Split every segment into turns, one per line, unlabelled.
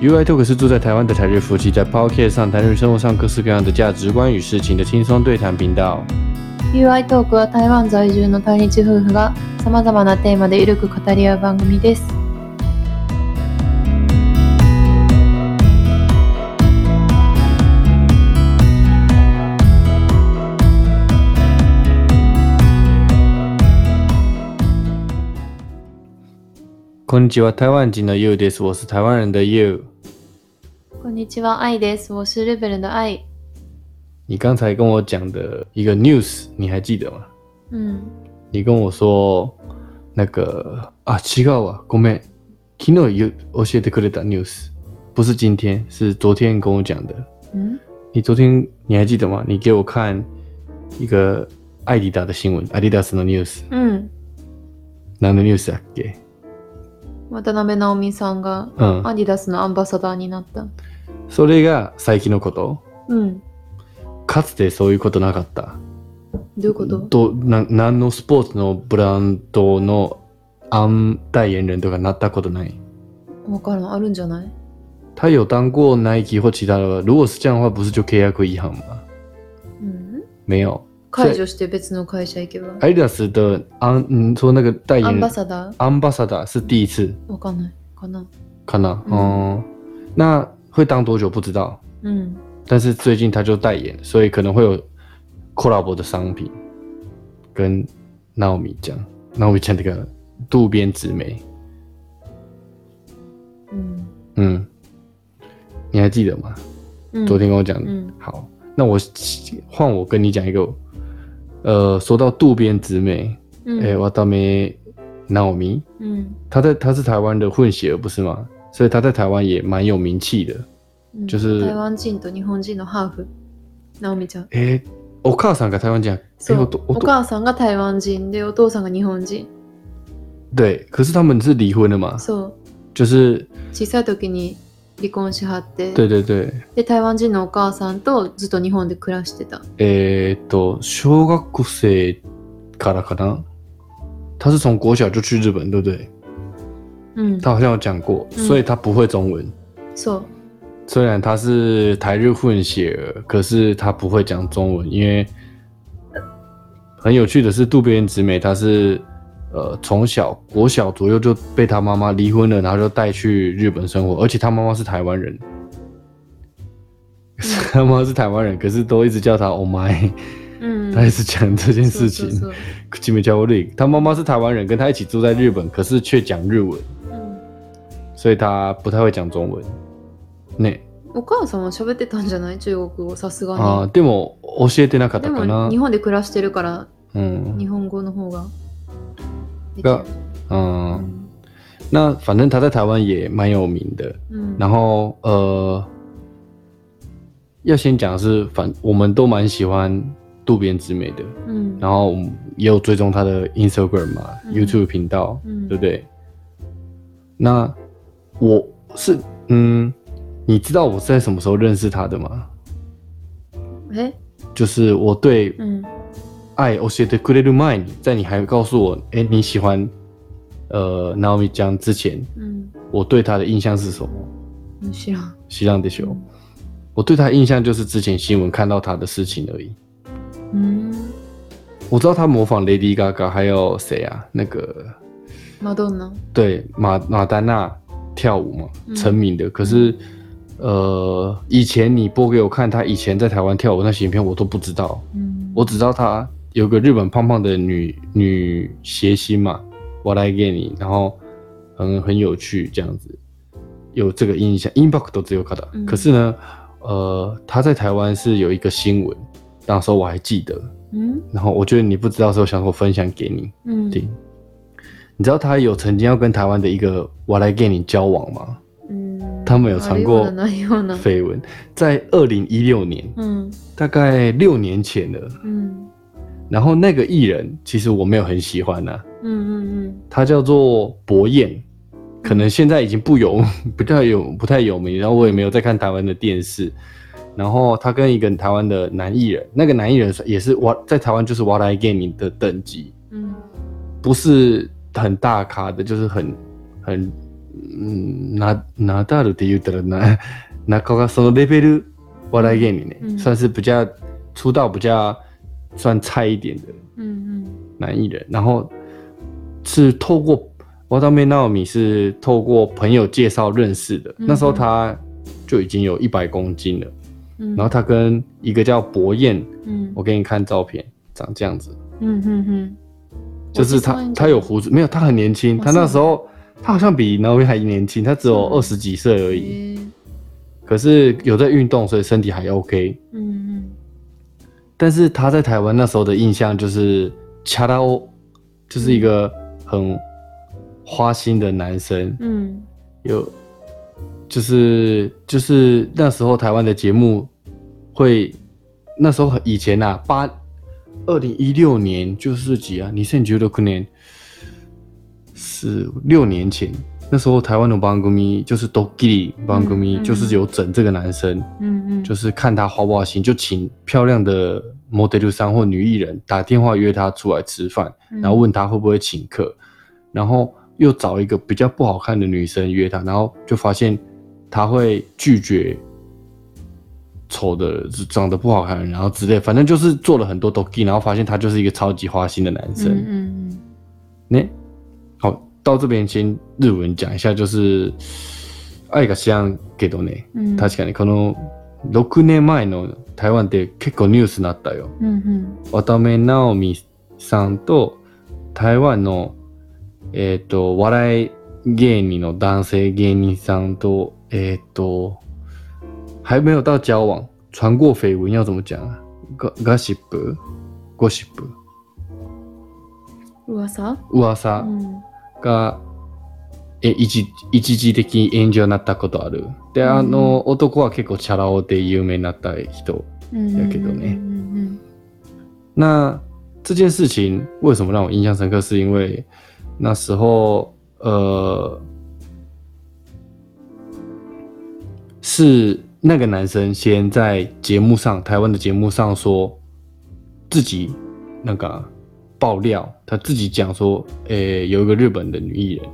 UI Talk 是住在台湾的台日夫妻在 Pocket 上谈论生活上各式各样的价值观与事情的轻松对谈频道。
UI トークは台湾在住の対日夫婦がさまざまなテーマでゆるく語り合う番組です。
こんにちは、台湾人の You です。我是台湾人的 You。
こんにちは、愛です。我是日本人的愛。
你刚才跟我讲的一个 news，你还记得吗？
うん。
你跟我说那个啊，違うわ、ごめん。昨日有教えてくれた news，不是今天，是昨天跟我讲的。
うん
你昨天你还记得吗？你给我看一个艾迪达的新闻，艾迪达斯的 news，
うん。
哪的 news 啊？给，
渡辺直美さんが
嗯，
アディダスのアンバサダーになった。
それが最近のこと。
うん。
かつてそういうことなかった。
どういうこと
どな何のスポーツのブランドのアン代言人とかなったことない。
わからん。あるんじゃない
他有当过 Nike 或其他的，如果是这样的话，不是就契约違反吗？
うん。
没有，
解除して別の会社行けば。
艾迪达斯的安，你说那个代
ア
言
ンバ
人
サダー
Ambassador 是第一次
わかんない。かな。
看到，
嗯
哦、那会当多久不知道，
うん。
但是最近他就代言，所以可能会有 collab 的商品跟 Naomi 酱，Naomi 酱这个渡边直美，
うん。
嗯，你还记得吗？
うん
昨天跟我讲，
うん。
好，那我换我跟你讲一个，呃，说到渡边直美，
うん。
哎、我倒霉 Naomi，
うん。
她在她是台湾的混血儿不是吗？所以她在台湾也蛮有名气的。
うん
就是
台湾人と日本人のハーフ。直美ちゃん。
哎、我母さんが台湾讲，
そ
哎我
う
都、我
お
都
母さんが台湾人でお父さんが日本人
对，可是他们是离婚了嘛？
そう
就是
小さい時に離婚しはって
对对对，
で台湾人のお母さんとずっと日本で暮らしてた
えーっと小学生からかな，他是从国小就去日本，对不对？
うん
他好像有讲过，
嗯
所以他不会中文。
そう
虽然他是台日混血儿，可是他不会讲中文，因为很有趣的是，渡边直美她是呃从小国小左右就被她妈妈离婚了，然后就带去日本生活，而且她妈妈是台湾人， 她妈妈是台湾人，可是都一直叫她 “oh my”，
うん
她一直讲这件事情。
そうそう
吉米加沃利，她妈妈是台湾人，跟她一起住在日本，可是却讲日文，
そううん
所以她不太会讲中文。那、
お母さんは喋ってたんじゃない中国語さす
あ
が
ーでも教えてなかっ
にで
たかな
も日。本で暮らしてるから
嗯
日本語の方ができる
が
う
嗯，
ん
那反正他在台湾也蛮有名的。
うん
然后呃，要先讲的是反我们都蛮喜欢渡边直美的，
うん
然后我们也有追踪他的 Instagram 嘛、
嗯
YouTube 频道，
うん
对不对？那我是嗯，你知道我是在什么时候认识他的吗？
え
就是我对
うん
爱教えてくれる前に，在你还告诉我，哎、你喜欢呃 Naomi 江之前，
うん
我对他的印象是什么？
うん知らん
西藏的球，我对他的印象就是之前新闻看到他的事情而已。
うん
我知道他模仿 Lady Gaga，还有谁啊？那个
マドンナ
对马马丹娜跳舞嘛，
嗯
成名的。可是，呃，以前你播给我看他以前在台湾跳舞那些影片，我都不知道。
うん
我只知道她有个日本胖胖的女女谐星嘛，我来给你，然后很很有趣这样子，有这个印象，impact 都只有看到。
嗯
可是呢，呃，她在台湾是有一个新闻，那时候我还记得，
うん
然后我觉得你不知道的时候，想说分享给你
うん
听。你知道她有曾经要跟台湾的一个我来给你交往吗？
うん
他们有尝过
あるようなないような。
绯闻在二零一六年，
うん
大概六年前了。
うん
然后那个艺人其实我没有很喜欢呐、
うんうん
他叫做博彦，可能现在已经不有 不太有不太有名，然后我也没有在看台湾的电视。然后他跟一个台湾的男艺人，那个男艺人也是我在台湾就是 What I Get 你的等级，
うん
不是很大咖的，就是很很嗯うんな、ナダルって言ったら な、中川そのレベル笑い芸人ね、
嗯
算是比较出道比较算菜一点的
うん
男艺人，然后是透过我当面纳米是透过朋友介绍认识的，
嗯
那时候他就已经有一百公斤了，
うん。
然后他跟一个叫博彦，
嗯
我给你看照片，长这样子，
嗯嗯嗯，
就是
我去
他
搜一下
他有胡子，没有他很年轻，
哦
他
是
那
吗
时候他好像比南威还年轻，他只有
嗯
二十几岁而已，
へー
可是有在运动，所以身体还 OK。
うん
但是他在台湾那时候的印象就是恰到欧，就是
嗯
一个很花心的男生，
うんうん
有就是就是那时候台湾的节目会那时候很以前呐、啊，八二零一六年就是几啊？你现在觉得可能是六年前，那时候台湾的番組就是 Doki 番組，
嗯
就是有整这个男生。
うんうん。
就是看他花不花心，就请漂亮的 model 三或女艺人打电话约他出来吃饭，
嗯
然后问他会不会请客，然后又找一个比较不好看的女生约他，然后就发现他会拒绝丑的、长得不好看的人，然后之类，反正就是做了很多 doki，然后发现他就是一个超级花心的男生。
嗯嗯
ね、好，到这边先日文讲一下，就是愛が知らんけどね。
うん。
確かにこの6年前の台湾で結構ニュースになったよ。
に。うん
渡辺直美さんと台湾の、えー、と笑い芸人の男性芸人さんと、えっ、と、还没有到交往，传过绯闻要怎么讲啊？go-？gossip gossip
うん。噂？う
噂
ん
が、え一時一時的に炎上になったことある。で、あの、男は結構チャラ男で有名になった人。
うん。
やけどね
うん
那这件事情为什么让我印象深刻？是因为那时候呃，是那个男生先在节目上，台湾的节目上说自己那个啊爆料，他自己讲说，诶、有一个日本的女艺人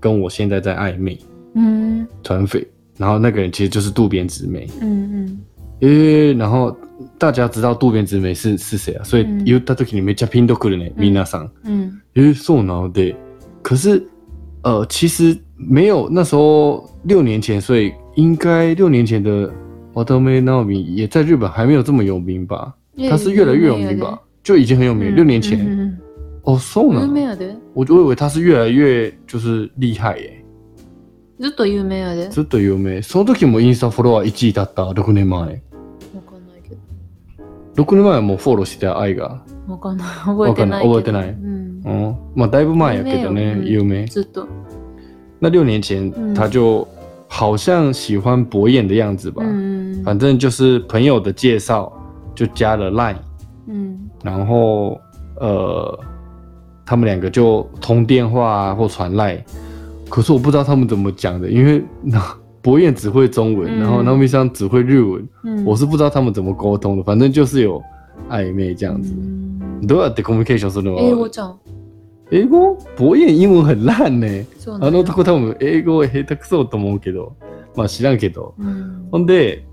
跟我现在在暧昧
うんうん。
传绯，然后那个人其实就是渡边直美。
うんうん
えー、然后大家知道渡边直美是是谁啊？所以
嗯
言った時にめっちゃピンとくるね、
嗯
皆さん。
うん
えー、そうなので，可是呃，其实没有那时候六年前，所以应该六年前的渡辺直美也在日本还没有这么有名吧？
うん。
他是越来越有名吧？就已经很有
有
名
名よ
了，
ね？
六年前。
うんうん
哦，そう
うん
な
有名
の？
やで。
我就以为他是越来越就是厉害耶，
ずっと有名やで。わ
ずっと有名。その時もインスタフォロワー1位だった6年前。
かんないけど。
6年前はもうフォローしてた愛が。
わ かんない。覚えてないけど。
わかんない覚えてない
うん。
嗯，まあだいぶ前やけどね，
有
有名。
ずっと。
那六年前
嗯
他就好像喜欢博彦的样子吧
う，んうん
反正就是朋友的介绍就加了 Line，
うん。
然后呃，他们两个就通电话啊或传 Line，可是我不知道他们怎么讲的，因为 那博彦只会中文，
嗯
然后 n a m i 桑只会日文，
うん。
我是不知道他们怎么沟通的，反正就是有暧昧这
这
样子。どうやってコミュニケーションするの？
英語ちゃん。
英語？博彦英文很烂呢、
そうな
あ
んだ
の男多分英語下手くそと思うけど、まあ知らんけど。
うん
ほんで、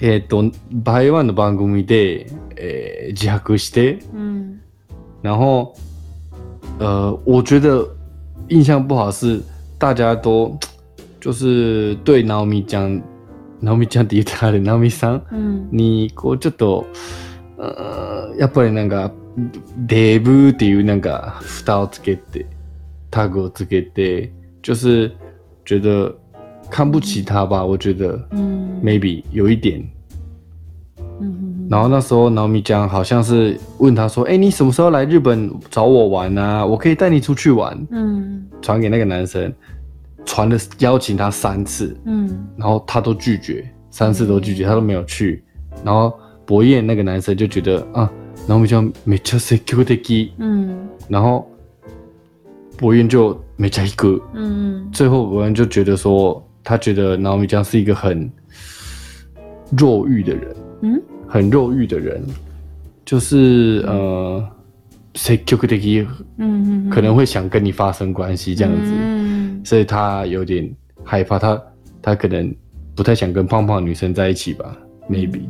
えっ、と、台湾の番組で、えー自白して、
うん。
然后、呃、我觉得印象不好是大家都就是对ナオミちゃん、ナオミちゃんって言ったらあれ、ナオミさん
うん。
に、こうちょっと、うーんやっぱりなんか、デブっていうなんか、蓋をつけて、タグをつけて、就是觉得看不起他吧，我觉得
うん。
maybe 有一点。
うん。
然后那时候脑米江好像是问他说：“哎、你什么时候来日本找我玩啊？我可以带你出去玩。
うん。”
传给那个男生，传了邀请他三次，
うん。
然后他都拒绝，三次都拒绝，他都没有去。然后博彦那个男生就觉得啊，然后我们就没叫 security，
うん。
然后博彦就没加一个。
うん。
最后博彦就觉得说，他觉得南米江是一个很肉欲的人，
嗯，
很肉欲的人，就是呃 security
嗯嗯，
可能会想跟你发生关系这样子。
嗯嗯
所以他有点害怕，他他可能不太想跟胖胖的女生在一起吧，maybe。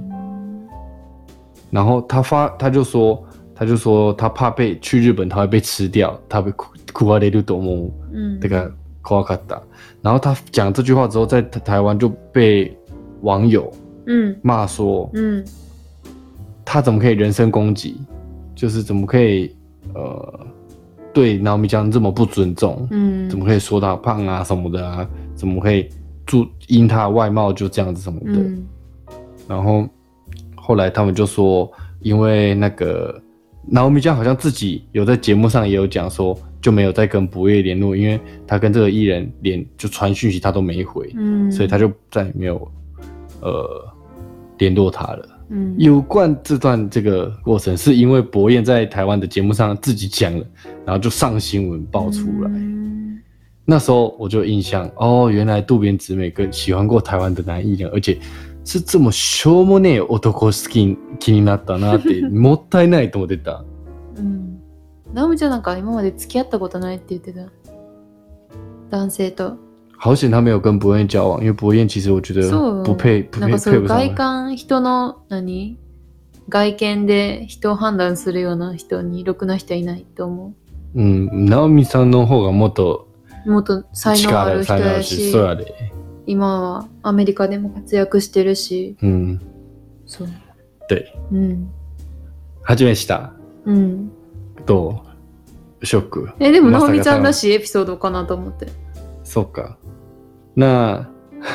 然后他发他就说他就说他怕被去日本他会被吃掉，他被哭哭啊雷鲁多蒙
嗯
这个夸卡达。然后他讲这句话之后，在台台湾就被网友
嗯
骂说
嗯
他怎么可以人身攻击，就是怎么可以呃对南米江这么不尊重，
嗯，
怎么可以说他胖啊什么的啊，怎么可以注因他的外貌就这样子什么的。
嗯
然后后来他们就说，因为那个南米江好像自己有在节目上也有讲说，就没有再跟博越联络，因为他跟这个艺人连就传讯息他都没回，
嗯，
所以他就再也没有呃联络他了。
嗯
有关这段这个过程，是因为博彦在台湾的节目上自己讲了，然后就上新闻爆出来。
嗯
那时候我就有印象，哦，原来渡边直美跟喜欢过台湾的男艺人，而且是这么しょうもねえ男好きに気になったなって、もったいないと思ってた。
うん。直美ちゃんなんか今まで付き合ったことないって言ってた。男性と。
好险他没有跟博彦交往，因为博彦其实我觉得
そう。
不配不
なん
配
かそう
配
いう
不上
外
他。
観、人の何外見で人を判断するような人にろくな人はいないと思
嗯，直美さんの方がもっと
う。もっと才能あ
力
る人
才能あ
や
るし、
し
そう、やで。
今はアメリカでも活躍してるし、
嗯，
そう。
对，
うん。
始めました。
うん。
どう？ショック。
え、でも直美ちゃんらしいエピソードかなと思って。
そうか。那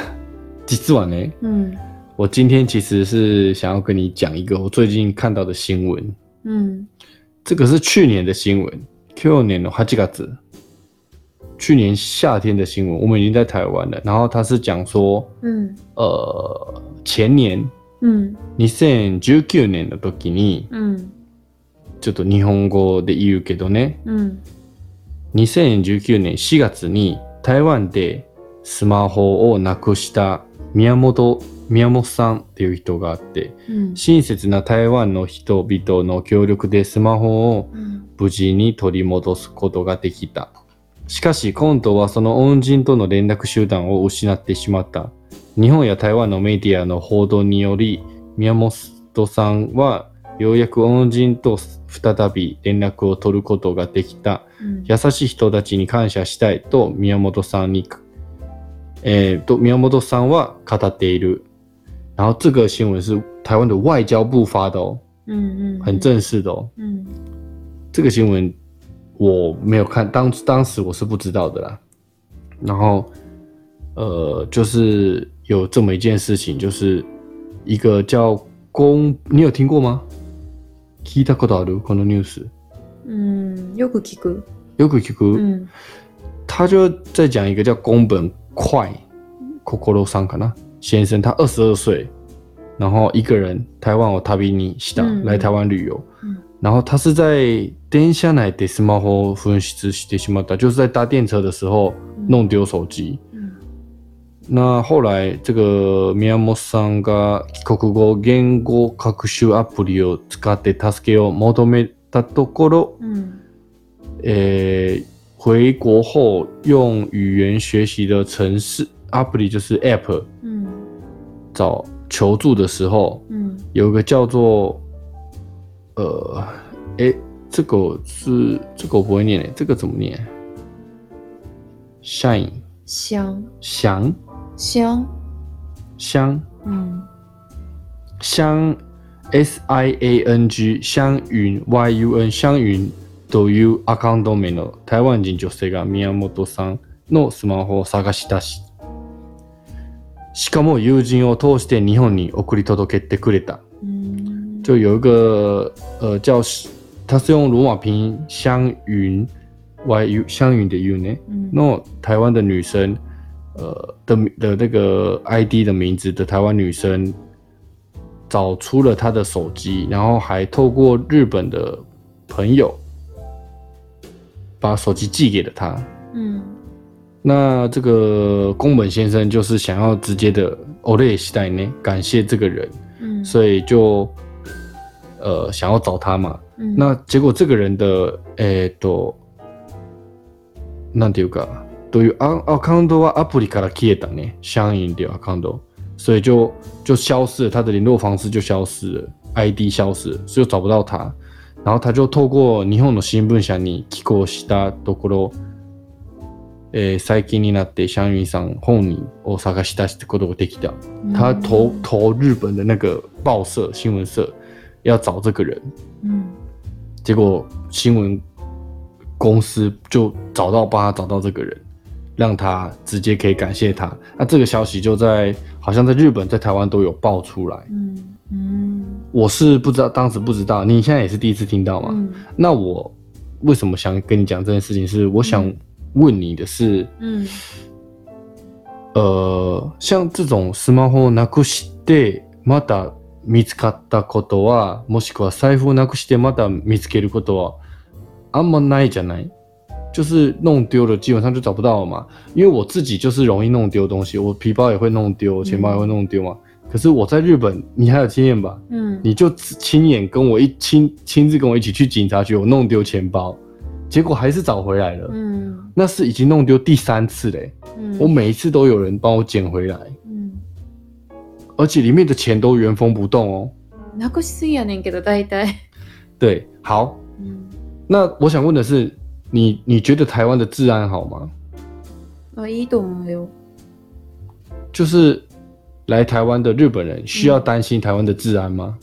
実はね，
うん。
我今天其实是想要跟你讲一个我最近看到的新闻，
うん。
这个是去年的新闻，去年的八月，去年夏天的新闻，我们已经在台湾了。然后他是讲说，
うん。
呃，前年
うん。
2019年の時に、
うん。
ちょっと日本語で言うけどね、
うん。
2019年4月に台湾でスマホをなくした宮本宮本さんっていう人があって
うん。
親切な台湾の人々の協力でスマホを
うん。
無事に取り戻すことができたしかし今度はその恩人との連絡手段を失ってしまった日本や台湾のメディアの報道により宮本さんはようやく恩人と再び連絡を取ることができた
うん
優しい人たちに感謝したいと宮本さんに、えー、と宮本さんは語っている。然后这个新闻是台湾的外交部发的哦，
うん。
很正式的哦。
うん。
这个新闻我没有看，当当时我是不知道的啦。然后，呃，就是有这么一件事情，就是一个叫公，你有听过吗？聞いたことあるこのニュース。
うん、よく聞く。
よく聞く。
うん。
他就在讲一个叫宫本快 Kokoro 桑卡纳先生，他二十二岁，然后一个人台湾我旅にした、
嗯
来台湾旅游，
嗯
然后他是在電車内でスマホを紛失してしまった，就是在搭电车的时候弄丢手机。
うん。
那后来这个宮本さんが帰国語言語学習アプリを使って助けを求めたところ。
うん。
呃，回国后用语言学习的城市 App 里就是 App
うん。
找求助的时候，
うん。
有一个叫做呃，哎，这个我是这个我不会念诶，这个怎么念？Shine
シャン。
翔
シャン。
香
うん。
香 S I A N G 香云 Y U N 香云というアカウント名の台湾人女性が宮本さんのスマホを探し出し、しかも友人を通して日本に送り届けてくれた。
うん。
就有一个呃叫，它是用罗马拼音香云 Y U 香云的 U 呢，
うん。
那台湾的女生，呃的的那个 ID 的名字的台湾女生，找出了她的手机，然后还透过日本的朋友把手机寄给了她。
うん。
那这个宫本先生就是想要直接的 o l a y 时代呢，感谢这个人，
うん。
所以就呃想要找他嘛。
うん。
那结果这个人的诶都，那丢个というアアカウントはアプリから消えたね，相应的アカウント，所以就就消失了，他的联络方式就消失了，ID 消失了，所以就找不到他。然后他就透过日本の新聞社に寄稿したところ、えー最近になってシャンユンさん本人を探し出すことができた。他投投日本的那个报社新闻社要找这个人，
嗯
结果新闻公司就找到帮他找到这个人，让他直接可以感谢他。那这个消息就在好像在日本、在台湾都有爆出来。
嗯嗯
我是不知道，当时不知道，你现在也是第一次听到嘛？
嗯
那我为什么想跟你讲这件事情是？我想问你的是，
嗯
呃，像这种スマホをなくしてまた見つかったことは、もしくは財布をなくしてまた見つけることはあんまないじゃない？就是弄丢了，基本上就找不到了嘛。因为我自己就是容易弄丢东西，我皮包也会弄丢，钱包也会弄丢嘛。可是我在日本，你还有经验吧？
嗯，
你就自亲眼跟我一亲亲自跟我一起去警察局，我弄丢钱包，结果还是找回来了。
嗯
那是已经弄丢第三次嘞、
嗯，
我每一次都有人帮我捡回来，
嗯
而且里面的钱都原封不动哦。
なくしすぎやねんけど大体。
对，好，
うん
那我想问的是，你你觉得台湾的治安好吗？
あいいと思うよ。
就是来台湾的日本人需要担心台湾的治安吗？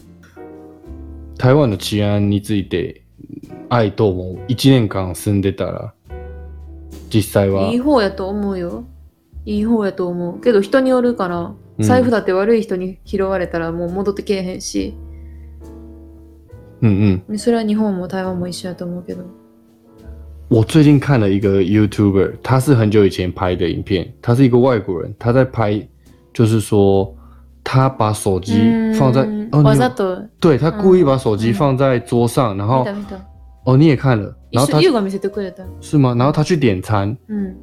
台湾の治安について、愛とも一年間住んでたら、実際はい
い方やと思うよ。いい方やと思う。けど人によるから、
うん
財布だって悪い人に拾われたらもう戻ってけえへんし、
嗯嗯，
それは日本も台湾も一緒やと思うけど。
我最近看了一个 YouTuber，他是很久以前拍的影片，他是一个外国人，他在拍，就是说他把手机
嗯
放在，
うん
哦，
わ
你
ざ
有
と
对他故意把手机放在桌上，然
見
后
た見た。
哦你也看了，然后
一
他
緒優が見せてくれた。
是吗？然后他去点餐
うん。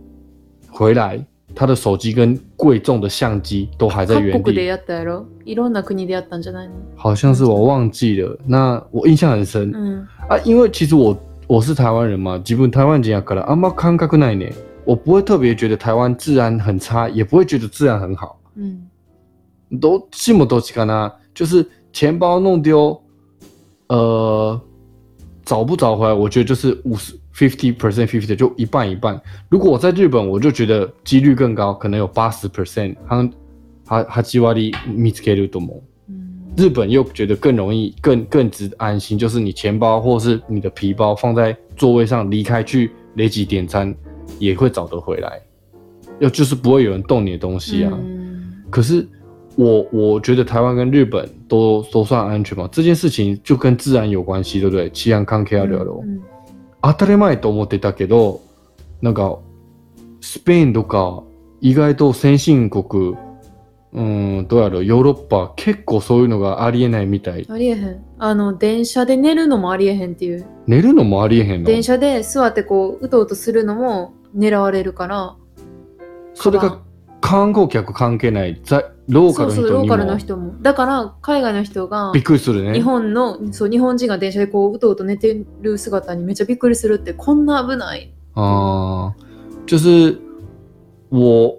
回来，他的手机跟贵重的相机都还在原
各国で
地，
やったやろいろんな国でやったんじゃないの
好像是我忘记了，那我印象很深、
うん。
啊，因为其实我我是台湾人嘛，基本台湾人やからあんま感覚ないね。我不会特别觉得台湾治安很差，也不会觉得治安很好。
うん。
都这么多起看呢，就是钱包弄丢，呃，找不找回来，我觉得就是五十 fifty percent fifty 就一半一半。如果我在日本，我就觉得几率更高，可能有八十 percent，还还还几割見つけると思う。
うん
日本又觉得更容易、更更值安心，就是你钱包或是你的皮包放在座位上，离开去累积点餐也会找得回来，要就是不会有人动你的东西啊。
うん
可是我我觉得台湾跟日本都都算安全嘛，这件事情就跟治安有关系，对不对？治安関係あるやろ。
うん
当たり前と思ってたけど、なんかスペインとか意外と先進国、うんどうやろうヨーロッパ結構そういうのがありえないみたい。
ありえへん。あの、電車で寝るのもありえへんっていう。
寝るのもありえへんの。
電車で座ってこううとうとするのも狙われるから
それが観光客関係ない在ローカル
そうそ
の
うロ
人
ー
に
カルの
も
人もだから海外の人が
びっくりする
日
ね。
本のそう日本人が電車でこううとうと寝てる姿にめっちゃびっくりするってこんな危ない
啊、就是我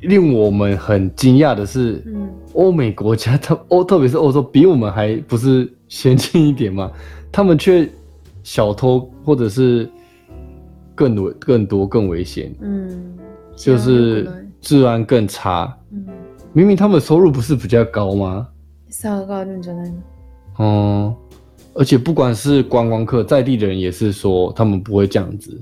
令我们很惊讶的是，
うん
欧美国家，特欧特别是欧洲，比我们还不是先进一点嘛，他们却小偷或者是更多、更多、更危险，
うん
就
治安良く
是
ない
治安更差。
うん
明明他们收入不是比较高吗？
差があるんじゃないの
哦、而且不管是观光客，在地的人也是说他们不会这样子。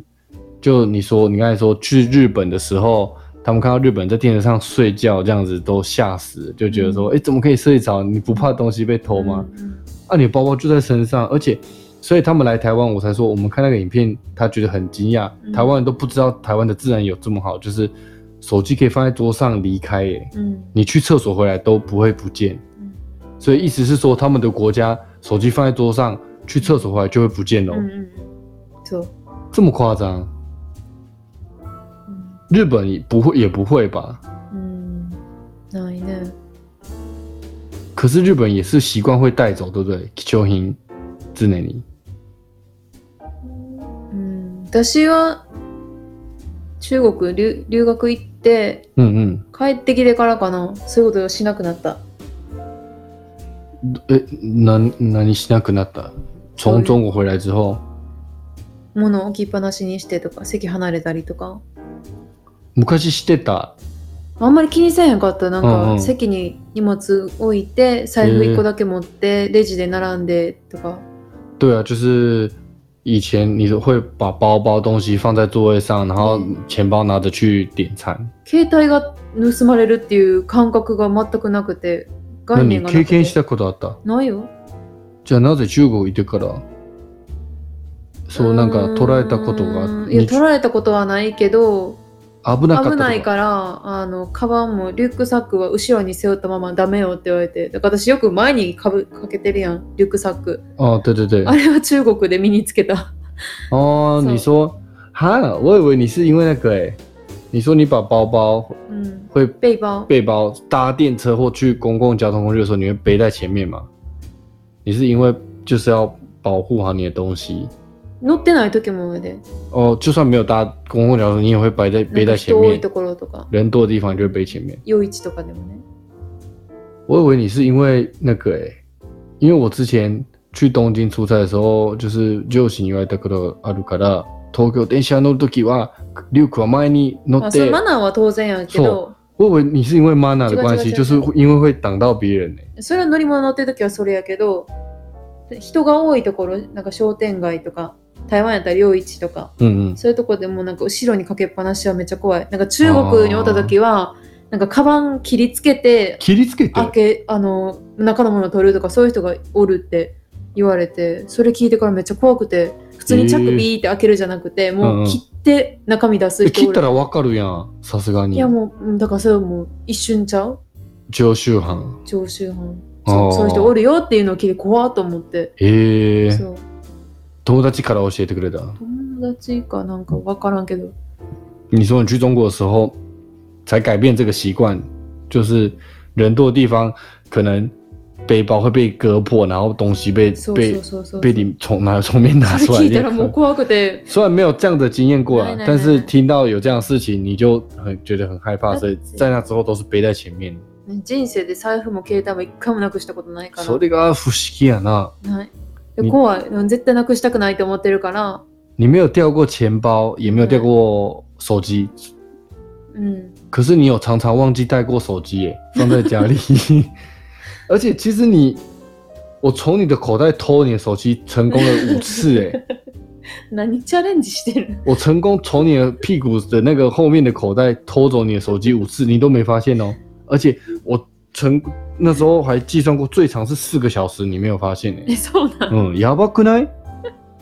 就你说，你刚才说去日本的时候，他们看到日本人在电车上睡觉这样子，都吓死了，就觉得说，哎、怎么可以睡着？你不怕东西被偷吗？
うん
啊，你的包包就在身上，而且，所以他们来台湾，我才说我们看那个影片，他觉得很惊讶，
嗯
台湾人都不知道台湾的治安有这么好，就是手机可以放在桌上离开、耶。
うん
你去厕所回来都不会不见
嗯。
所以意思是说，他们的国家手机放在桌上，去厕所回来就会不见喽、
うんうんうんそう
这么夸张？
うん
日本也不会也不会吧？
うんないね
可是日本也是习惯会带走，对不对？貴重品之内里，
うん私は中国留留学行って
うんうん。
帰ってきてからかなそういうことをしなくなった
え，な何しなくなった？
そうい
从
う
中国回来之后，
物置きっぱなしにしてとか席離れたりとか
昔してた。
あんまり気にせえへんかったなん
うんう
か
ん
席に荷物置いて財布1個だけ持ってレジで並んでとか
对啊，就是以前你都会把包包东西放在座位上，然后钱包拿着去点餐。
携帯が盗まれるっていう感覚が全くなくて
那
概
你
念がな
経
くて
験したことあった？
ないよ
じゃあなぜ中国行ってから、そうなんか捉えたこと
う
が
ーんいや
に
捉えたことはないけど
危なかったと
危ないからあのカバンもリュックサックは後ろに背負ったままダメよって言われてだから私よく前にかぶかけてるやんリュックサック
哦，对对对，
あれは中国で身につけた
哦，
So-
你说哈，我以为你是因为那个诶，你说你把包包
うん
会
背包
背包搭电车或去公共交通工具的时候，你会背在前面吗？你是因为就是要保护好你的东西
乗ってない時もあるで
哦，就算没有搭公共交通，你也会摆在背在前
人多い
面，
ところとか
人多的地方你就会背前面。
夜市とかでもね
我以为你是因为那个诶，因为我之前去东京出差的时候，就是上司に言われたことあるから、東京電車乗るときはリュックは前に乗
ま
っ
あ、そ
て
の。マナーは当然やけど
我以为你是因为 mana 的关
这
系，
个
就
这
是
个
因为会挡到别人呢、
それは乗り物乗ってる時はそれやけど人が多いところなんか商店街とか台湾やったら夜市とか
嗯嗯，
そういうとこでもなんか後ろにかけっぱなしはめっちゃ怖い。なんか中国におった時は、なんかカバン切りつけて、
切りつけて
開け、あの、中のものを取るとかそういう人がおるって言われて、それ聞いてからめっちゃ怖くて、普通にチャックビーって開けるじゃなくて、
うん
も
う
うん切って中身出す
え
人
切
お
った
る。
らわかるやん、さすが
い
に
や。もう、うんだからそれはもう一瞬ちゃう
常習犯。
常習犯。
あー
そうそういう人おるよっていうのを聞いて怖っと思って。
へえ
そう
友達から教えてくれた。
友達かなんかわからんけど。
你说你去中国的时候才改变这个习惯，就是人多的地方可能背包会被割破，然后东西被
そう
被
そうそうそう。
被你从拿从面拿
そ
出
れ
来
聞いたら
那
も
个
う。怖くて。
虽然没有这样的经验过
来
啊
来，
但
来
是
来
听到有这样的事情，你就很觉得很害怕，所以在那之后都是背在前面。
人生で財布も携帯も一回もなくしたことないか
それが啊不思議やな。
ら。ないで
み
怖い。うん絶対なくしたくないと思ってるから。
你没有掉过钱包，也没有掉过手机，
うん。
可是你有常常忘记带过手机耶，放在家里。 而且其实你，我从你的口袋偷你的手机成功了五次哎，
何チャレンジしてる
我成功从你的屁股的那个后面的口袋偷走你的手机五次，你都没发现哦。而且我成那时候还计算过最长是四个小时，你没有发现哎。
え、そうなん。
嗯，やばくない？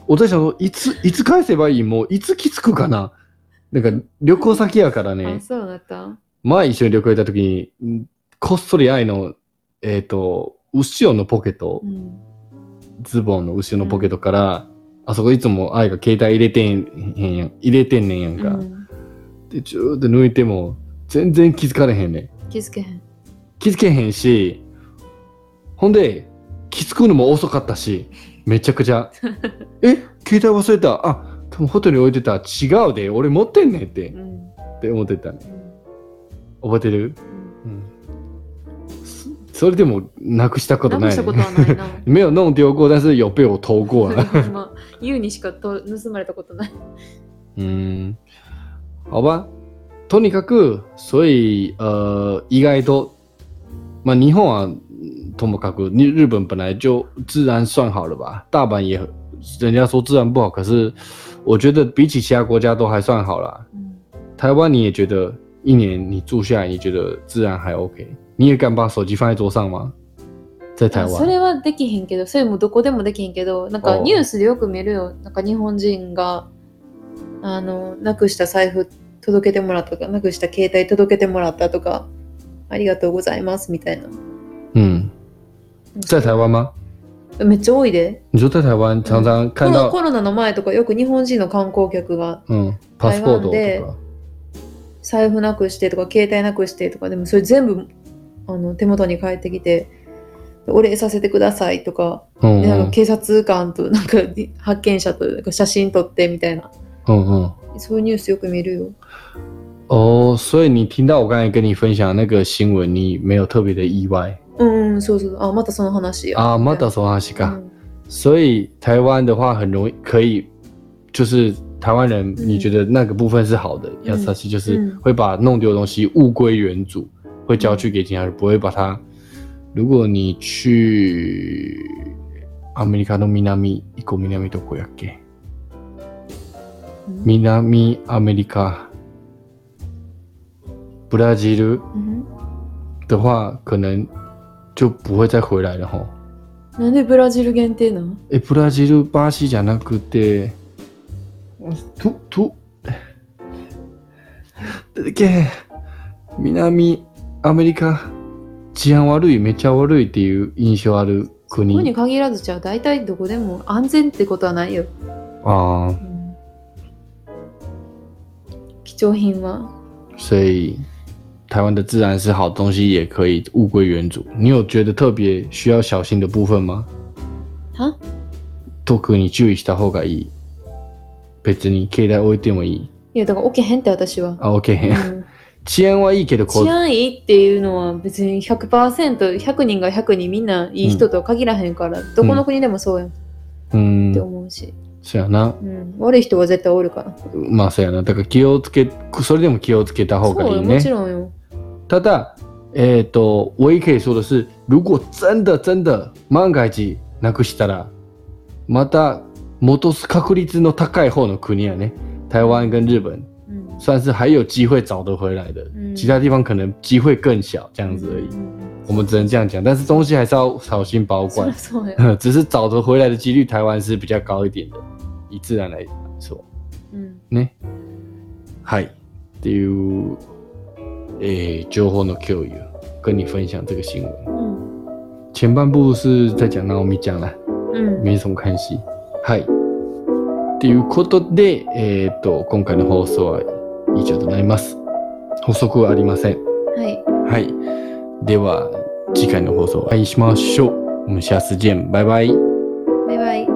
我在想说，いついつ返せばいい？もういつ気づくかな？なんか旅行先やから
あ、
ね。
そうだった
前一緒に旅行行った時にんこっそり愛のえっ、と後ろのポケット
う、ん。
ズボンの後ろのポケットから、あそこいつも愛が携帯入れてんへんやん入れてんねんやんか。
うん
でちょーって抜いても全然気づかれへんねん。
気づけへん。
気づけへんし、ほんで、気づくのも遅かったし、めちゃくちゃ。え携帯忘れた。あ、多分ホテルに置いてた。違うで、俺持ってんねんって
う、ん。
って思ってたね。
うん
覚えてる
うん
うん。そそれでも、なくしたこと
何も
ない、
した
ね。
ことはな いな。
没有弄丢过，但是有被我偷过 了。
ほんま言うにしかと盗まれたことない。
嗯，好吧。とにかく、所以呃，意外と、まあ日本は嗯ともかく，日日本本来就治安算好了吧，大阪也很，人家说治安不好，可是我觉得比起其他国家都还算好啦。
うん
台湾你也觉得一年你住下来，你觉得治安还 OK？你也敢把手机放在桌上吗？在台
あそ
湾？
れはできへんけど、それもどこでもできへんけど、なんかニュースでよく見るよ。なんか日本人が、あの、なくした財布届けてもらったとか、なくした携帯届けてもらったとか、ありがとうございますみたいな。
嗯，在台湾吗？
めっちゃ多いで。
你说在台湾常常
コ
看
ロ
到
コロナの前とかよく日本人の観光客が
嗯
台湾
，passport と
で
か。
財布なくしてとか、携帯なくしてとか、でもそれ全部あの手元に返ってきて、お礼させてくださいとか、
嗯
でなん
嗯
か警察官となんか発見者となんか写真撮ってみたいな。
嗯嗯。
そういうニュースよく見るよ。
哦，所以你听到我刚才跟你分享那个新闻，你没有特别的意外
うん、うん、そうそう。あ、またその話や。
啊？ま
う
だ
ん
そう話
嗯
か。所以台湾的话很容易可以，就是台湾人，
嗯
你觉得那个部分是好的，亚萨西就是
嗯
会把弄丢的东西物归原主，会交去给警察，不会把它。如果你去アメリカの南、一個南どこやっけ？
うん
南アメリカ、ブラジル
うん
的话，可能就不会再回来了吼。
なんでブラジル限定なの
え、ブラジル、巴西じゃなくて、と、と、だっけ、南アメリカ、治安悪い、めっちゃ悪いっていう印象ある
ここに
国。
限らずちゃう。大体どこでも安全ってことはないよ。
ああ、
うん貴重品は。
所以台湾的自然是好东西，也可以物归原主。你有觉得特别需要小心的部分吗？
は
特に注意した方がいい。別に携帯置いてもいい。
いや、だから起きへんって私は。
あ、
う
OK。
ん
治安はいいけど、こう
治安いいっていうのは別に 100%100 人が100人みんないい人とは限らへんから、どこの国でもそうやんっ
う
て
ん、
思うし、
そうやな。
うん、悪い人は絶対おるから
まあそうやな。だから気をつけ、それでも気をつけた方が
そう
い
よ
い
もち
ね。
ろんよ
ただ、えっ、と、我也可以说的是、如果真的真的万が一なくしたら、また戻す確率の高い方の国やね。台湾跟日本
うん
算是还有机会找得回来的，
嗯
其他地方可能机会更小，这样子而已。
うん
我们只能这样讲，但是东西还是要小心保
そ
管
り ゃ。そうや、
只是找得回来的几率，台湾是比较高一点的，以自然来说。
うん、
ね。はい。っていう、えー情報の共有，跟你分享这个新闻。
うん
前半部是在讲ナオミちゃん啦，
うん
没什么関係。はい。っていうことで、えっ、と、今回の放送は以上となります。補足はありません。
はい
はい。では、次回の放送お会いしましょう。我们下次见。拜拜。
バイバイ